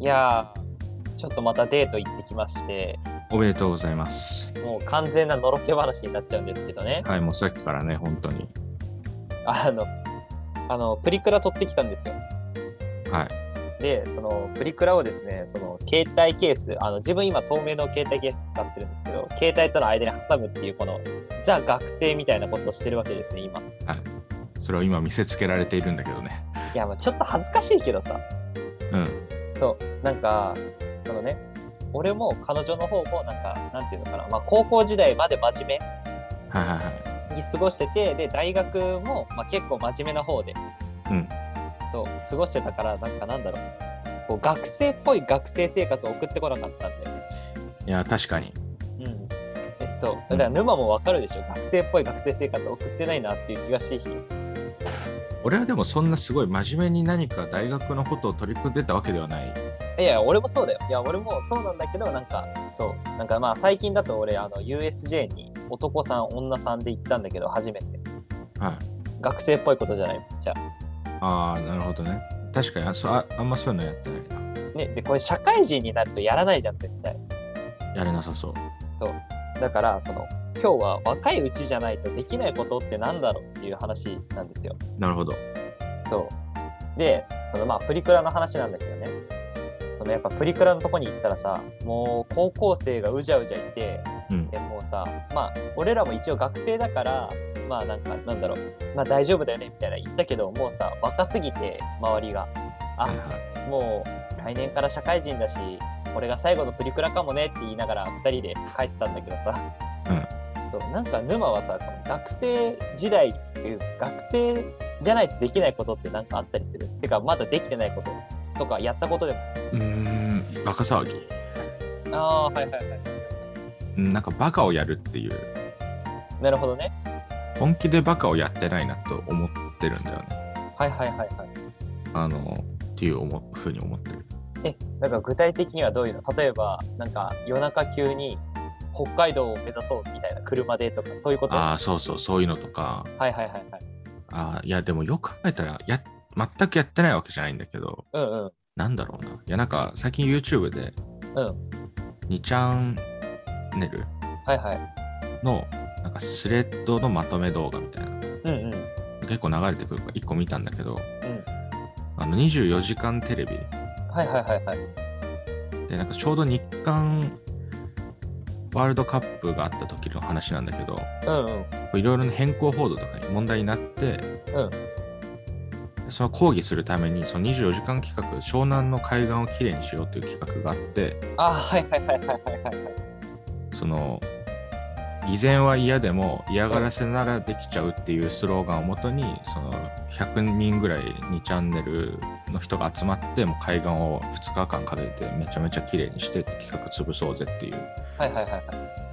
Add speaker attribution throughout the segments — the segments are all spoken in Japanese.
Speaker 1: いやー、ちょっとまたデート行ってきまして、
Speaker 2: おめでとうございます。
Speaker 1: もう完全なのろけ話になっちゃうんですけどね。
Speaker 2: はい、もうさっきからね、本当に。
Speaker 1: あの、あの、プリクラ撮ってきたんですよ。
Speaker 2: はい。
Speaker 1: で、そのプリクラをですね、その携帯ケース、あの自分今透明の携帯ケース使ってるんですけど、携帯との間に挟むっていう、このザ学生みたいなことをしてるわけですね、今。い
Speaker 2: それを今見せつけられているんだけどね。
Speaker 1: や、まあちょっと恥ずかしいけどさ、
Speaker 2: うん。
Speaker 1: そう、なんか、そのね、俺も彼女の方も、なんか、なんていうのかな、まあ高校時代まで真面目
Speaker 2: はいはいはい。
Speaker 1: に過ごしててで大学も、まあ、結構真面目な方で、
Speaker 2: うん
Speaker 1: そう過ごしてたからなんかなんだろうこう学生っぽい学生生活を送ってこなかったんだよね。
Speaker 2: いや、確かに。
Speaker 1: うんえそうだから沼もわかるでしょ、学生っぽい学生生活を送ってないなっていう気がし
Speaker 2: 俺はでもそんなすごい真面目に何か大学のことを取り組んでたわけではない。
Speaker 1: いやいや俺もそうだよいや俺もそうなんだけどなんかそうなんかまあ最近だと俺あの USJ に男さん女さんで行ったんだけど初めて
Speaker 2: はい。
Speaker 1: 学生っぽいことじゃないじゃあ
Speaker 2: ああ、なるほどね。確かにあそあ、あんまそういうのやってないな。
Speaker 1: ねでこれ社会人になるとやらないじゃん絶対
Speaker 2: やれなさそう。
Speaker 1: だからその今日は若いうちじゃないとできないことってなんだろうっていう話なんですよ。
Speaker 2: なるほど。
Speaker 1: そうでそのまあプリクラの話なんだけどねそのやっぱプリクラのとこに行ったらさもう高校生がうじゃうじゃいて
Speaker 2: うん。
Speaker 1: でもうさまあ俺らも一応学生だからまあなんかなんだろうまあ大丈夫だよねみたいな言ったけどもうさ若すぎて周りがあ
Speaker 2: はいはい。
Speaker 1: もう来年から社会人だしこれが最後のプリクラかもねって言いながら2人で帰ってたんだけどさ、そうなんか沼はさこの学生時代っていう学生じゃないとできないことって何かあったりするてかまだできてないこととかやったことでも
Speaker 2: うーん、バカ騒ぎ。
Speaker 1: ああーはいはいはい
Speaker 2: うんなんかバカをやるっていう。
Speaker 1: なるほどね
Speaker 2: 本気でバカをやってないなと思ってるんだよね。
Speaker 1: はいはいはいはい
Speaker 2: あの、っていう思ふうに思ってる。
Speaker 1: えなんか具体的にはどういうの例えばなんか夜中急に北海道を目指そうみたいな車でとかそういうことは
Speaker 2: ああ、そうそう、そういうのとか。
Speaker 1: いはいはいはい
Speaker 2: あーいやでもよく考えたらや全くやってないわけじゃないんだけど
Speaker 1: うんうん
Speaker 2: なんだろうないやなんか最近 YouTube で
Speaker 1: うん
Speaker 2: 2チャンネル
Speaker 1: はいはい
Speaker 2: のなんかスレッドのまとめ動画みたいな
Speaker 1: うんうん
Speaker 2: 結構流れてくるから1個見たんだけど、あの24時間テレビ
Speaker 1: はいはいはいはい
Speaker 2: でなんかちょうど日韓ワールドカップがあった時の話なんだけど
Speaker 1: うんうん
Speaker 2: いろいろな変更報道とかに問題になって、
Speaker 1: うん
Speaker 2: でその抗議するためにその24時間企画湘南の海岸をきれいにしようという企画があって
Speaker 1: あはいはいはいはいはいはいはい
Speaker 2: その偽善は嫌でも嫌がらせならできちゃうっていうスローガンをもとにその100人ぐらいにチャンネルの人が集まってもう海岸を2日間かけてめちゃめちゃきれいにして企画潰そうぜっていう
Speaker 1: はいはいはいはい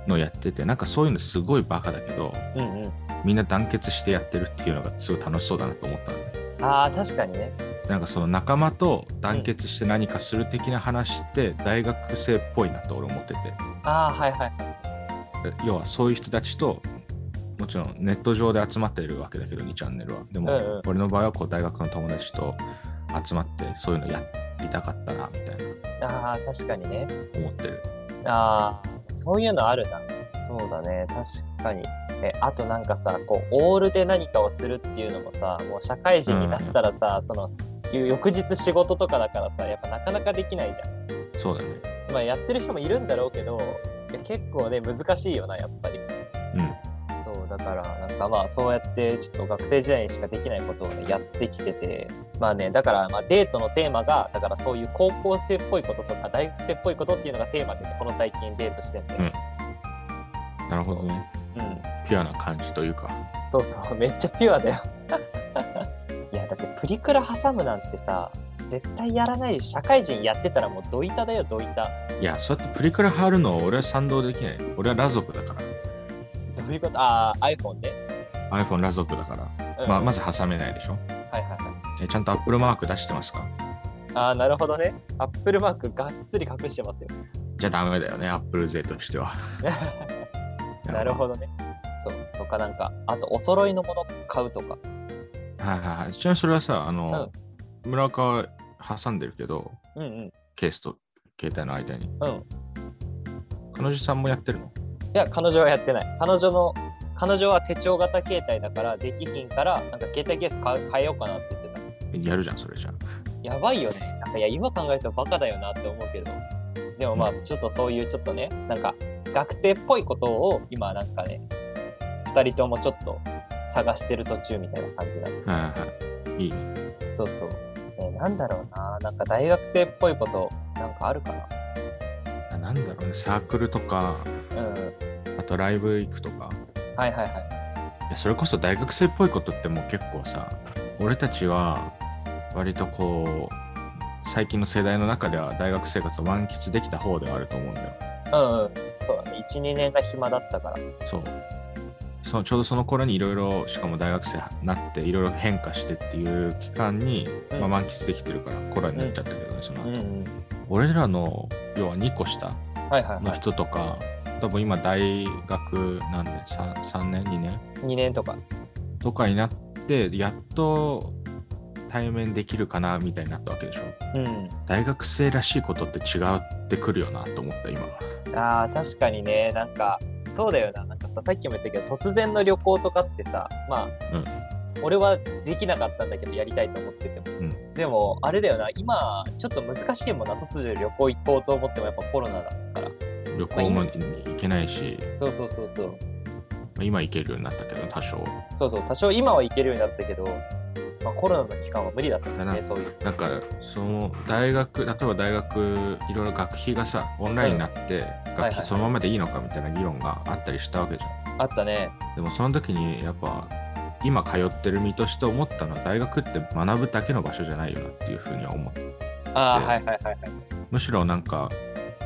Speaker 2: のをやっててなんかそういうのすごいバカだけど
Speaker 1: うんうん
Speaker 2: みんな団結してやってるっていうのがすごい楽しそうだなと思ったのね。
Speaker 1: ああ確かにね
Speaker 2: なんかその仲間と団結して何かする的な話って大学生っぽいなと俺思ってて
Speaker 1: ああはいはい
Speaker 2: 要はそういう人たちともちろんネット上で集まっているわけだけど2チャンネルはで
Speaker 1: うんうん
Speaker 2: も俺の場合はこう大学の友達と集まってそういうのやりたかったなみたいな
Speaker 1: ああ確かにね
Speaker 2: 思ってる
Speaker 1: ああそういうのあるなそうだね確かにえあとなんかさこうオールで何かをするっていうのもさもう社会人になったらさ、その翌日仕事とかだからさやっぱなかなかできないじゃ
Speaker 2: そうだね
Speaker 1: んまあやってる人もいるんだろうけどいや結構ね難しいよなやっぱりそうだからなんかまあそうやってちょっと学生時代にしかできないことをねやってきててまあねだからまあデートのテーマがだからそういう高校生っぽいこととか大学生っぽいことっていうのがテーマでねこの最近デートしてて、
Speaker 2: うんうんなるほどね
Speaker 1: うん、
Speaker 2: ピュアな感じというか
Speaker 1: そうそうめっちゃピュアだよ いやだってプリクラ挟むなんてさ絶対やらないし社会人やってたらもうドイタだよドイタ
Speaker 2: いやそうやってプリクラ貼るの俺は賛同できない俺はラ族だか
Speaker 1: どういうことああ iPhone で、
Speaker 2: ら iPhone ラ族だから、
Speaker 1: うん
Speaker 2: まあ、まず挟めないでしょ
Speaker 1: はいはいはい
Speaker 2: えちゃんとアップルマーク出してますか
Speaker 1: ああなるほどねアップルマークがっつり隠してますよ
Speaker 2: じゃダメだよね、アップル勢としては。
Speaker 1: なるほどね。そう。とかなんか、あとお揃いのもの買うとか。
Speaker 2: ど。はいはいはい。ちなみにそれはさ、あの、村岡は挟んでるけど、
Speaker 1: うんうん。
Speaker 2: ケースと携帯の間に。
Speaker 1: うん。
Speaker 2: 彼女さんもやってるの
Speaker 1: いや、彼女はやってない。彼女の、彼女は手帳型携帯だから、できひんから、なんか携帯ケース買う変えようかなって言ってた。
Speaker 2: やるじゃん、それじゃあ。
Speaker 1: やばいよね。なんかいや、今考えるとバカだよなって思うけど。でもまあ、ちょっとそういうちょっとね、なんか学生っぽいことを今なんかね、二人ともちょっと探してる途中みたいな感じなんで。
Speaker 2: はいはいはい。いいね。
Speaker 1: そうそう。ね、なんだろうな。なんか大学生っぽいこと、なんかあるか
Speaker 2: あなんだろうね、サークルとか、
Speaker 1: な。うん。はい
Speaker 2: あとライブ行くとか。
Speaker 1: はいはい。
Speaker 2: いやそれこそ大学生っぽいことってもう結構さ俺たちは割とこう最近の世代の中では大学生活を満喫できた方ではあると思うんだよ
Speaker 1: うんうん。そうだね。1、2年が暇だったから。
Speaker 2: そうそのちょうどその頃にいろいろしかも大学生になっていろいろ変化してっていう期間に、
Speaker 1: うん
Speaker 2: まあ、満喫できてるからコロナになっちゃったけどねその後、
Speaker 1: うんうん。
Speaker 2: 俺らの要は2個下
Speaker 1: はいはい
Speaker 2: の
Speaker 1: はい。
Speaker 2: 人とか多分今大学何年 3, 3年2年
Speaker 1: 2年とか。
Speaker 2: とかになってやっと対面できるかなみたいになったわけでしょ
Speaker 1: うん。
Speaker 2: 大学生らしいことって違ってくるよなと思った今は
Speaker 1: あー確かにねなんかそうだよななんかささっきも言ったけど突然の旅行とかってさまあ、
Speaker 2: うん
Speaker 1: 俺はできなかったんだけどやりたいと思ってても、
Speaker 2: うん
Speaker 1: でもあれだよな今ちょっと難しいもんな突如旅行行こうと思ってもやっぱコロナだから
Speaker 2: 旅行も行けないし、
Speaker 1: そうそうそうそう
Speaker 2: まあ今行けるようになったけど多少
Speaker 1: そうそう多少今は行けるようになったけど、まあ、コロナの期間は無理だったんだ
Speaker 2: だ
Speaker 1: ね
Speaker 2: な
Speaker 1: そういう
Speaker 2: だからその大学例えば大学いろいろ学費がさオンラインになって、
Speaker 1: はい
Speaker 2: 学費そのままでいいのかみたいな議論があったりしたわけじゃん、
Speaker 1: あったね
Speaker 2: でもその時にやっぱ今通ってる身として思ったのは大学って学ぶだけの場所じゃないよなっていうふうには思った
Speaker 1: あー
Speaker 2: で
Speaker 1: はいはいはいはい
Speaker 2: むしろなんか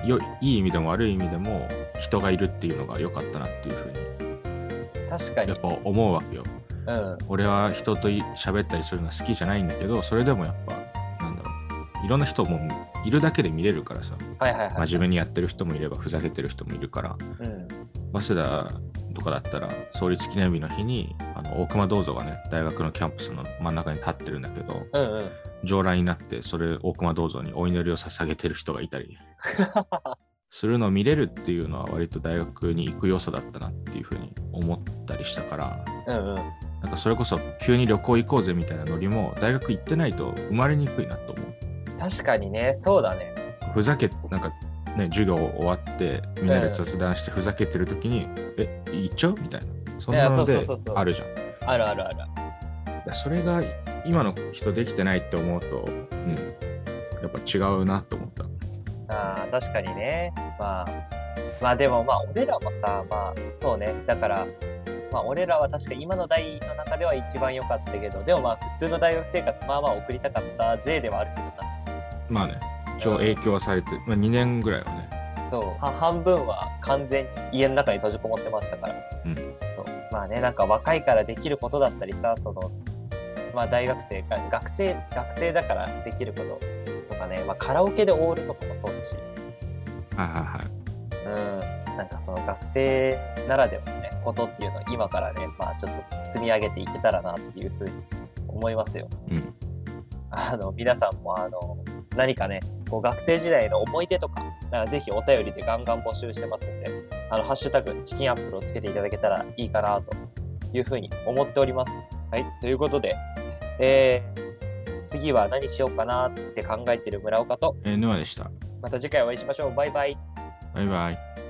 Speaker 2: よいい意味でも悪い意味でも人がいるっていうのが良かったなっていうふうに
Speaker 1: 確かに
Speaker 2: やっぱ思うわけよ
Speaker 1: うん
Speaker 2: 俺は人とい喋ったりするのは好きじゃないんだけどそれでもやっぱなんだろういろんな人もいるだけで見れるからさ
Speaker 1: はいはいはい、
Speaker 2: 真面目にやってる人もいればふざけてる人もいるから
Speaker 1: うん、
Speaker 2: 早稲田とかだったら創立記念日の日にあの大隈銅像がね大学のキャンパスの真ん中に立ってるんだけど
Speaker 1: うんうん
Speaker 2: 上来になってそれ大隈銅像にお祈りを捧げてる人がいたりするのを見れるっていうのは割と大学に行く良さだったなっていうふうに思ったりしたから
Speaker 1: うんうん
Speaker 2: なんかそれこそ急に旅行行こうぜみたいなノリも大学行ってないと生まれにくいなと思う
Speaker 1: 確かにねそうだね
Speaker 2: ふざけなんかね授業終わってみんなで雑談してふざけてる時に、え行っちゃうみたいなそんなの
Speaker 1: いや
Speaker 2: で
Speaker 1: そうそうそうそう
Speaker 2: あるじゃん
Speaker 1: あるあるある
Speaker 2: だからそれが今の人できてないって思うと、うん、やっぱ違うなと思った
Speaker 1: あー確かにねまあまあでもまあ俺らもさまあそうねだからまあ俺らは確か今の代の中では一番良かったけどでもまあ普通の大学生活まあまあ送りたかった税ではあるけど
Speaker 2: まあね、一応影響はされて、まあ、2年ぐらいはね、
Speaker 1: なそうは半分は完全に家の中に閉じこもってましたから、
Speaker 2: うん
Speaker 1: そうまあねなんか若いからできることだったりさそのまあ大学生が学生学生だからできることとかね、まあ、カラオケでオールとかもそうだし
Speaker 2: はいはいはい。
Speaker 1: うん、なんかその学生ならではのね、ことっていうのを今からね、まあちょっと積み上げていけたらなっていうふうに思いますよ。
Speaker 2: うん
Speaker 1: あの、皆さんもあの、何かね、こう学生時代の思い出とか、なんかぜひお便りでガンガン募集してますんで、あの、ハッシュタグ、チキンアップルをつけていただけたらいいかなというふうに思っております。はい、ということで、えー次は何しようかなって考えてる村岡と、
Speaker 2: えー、沼でした。
Speaker 1: また次回お会いしましょう。バイバイ。
Speaker 2: バイバイ。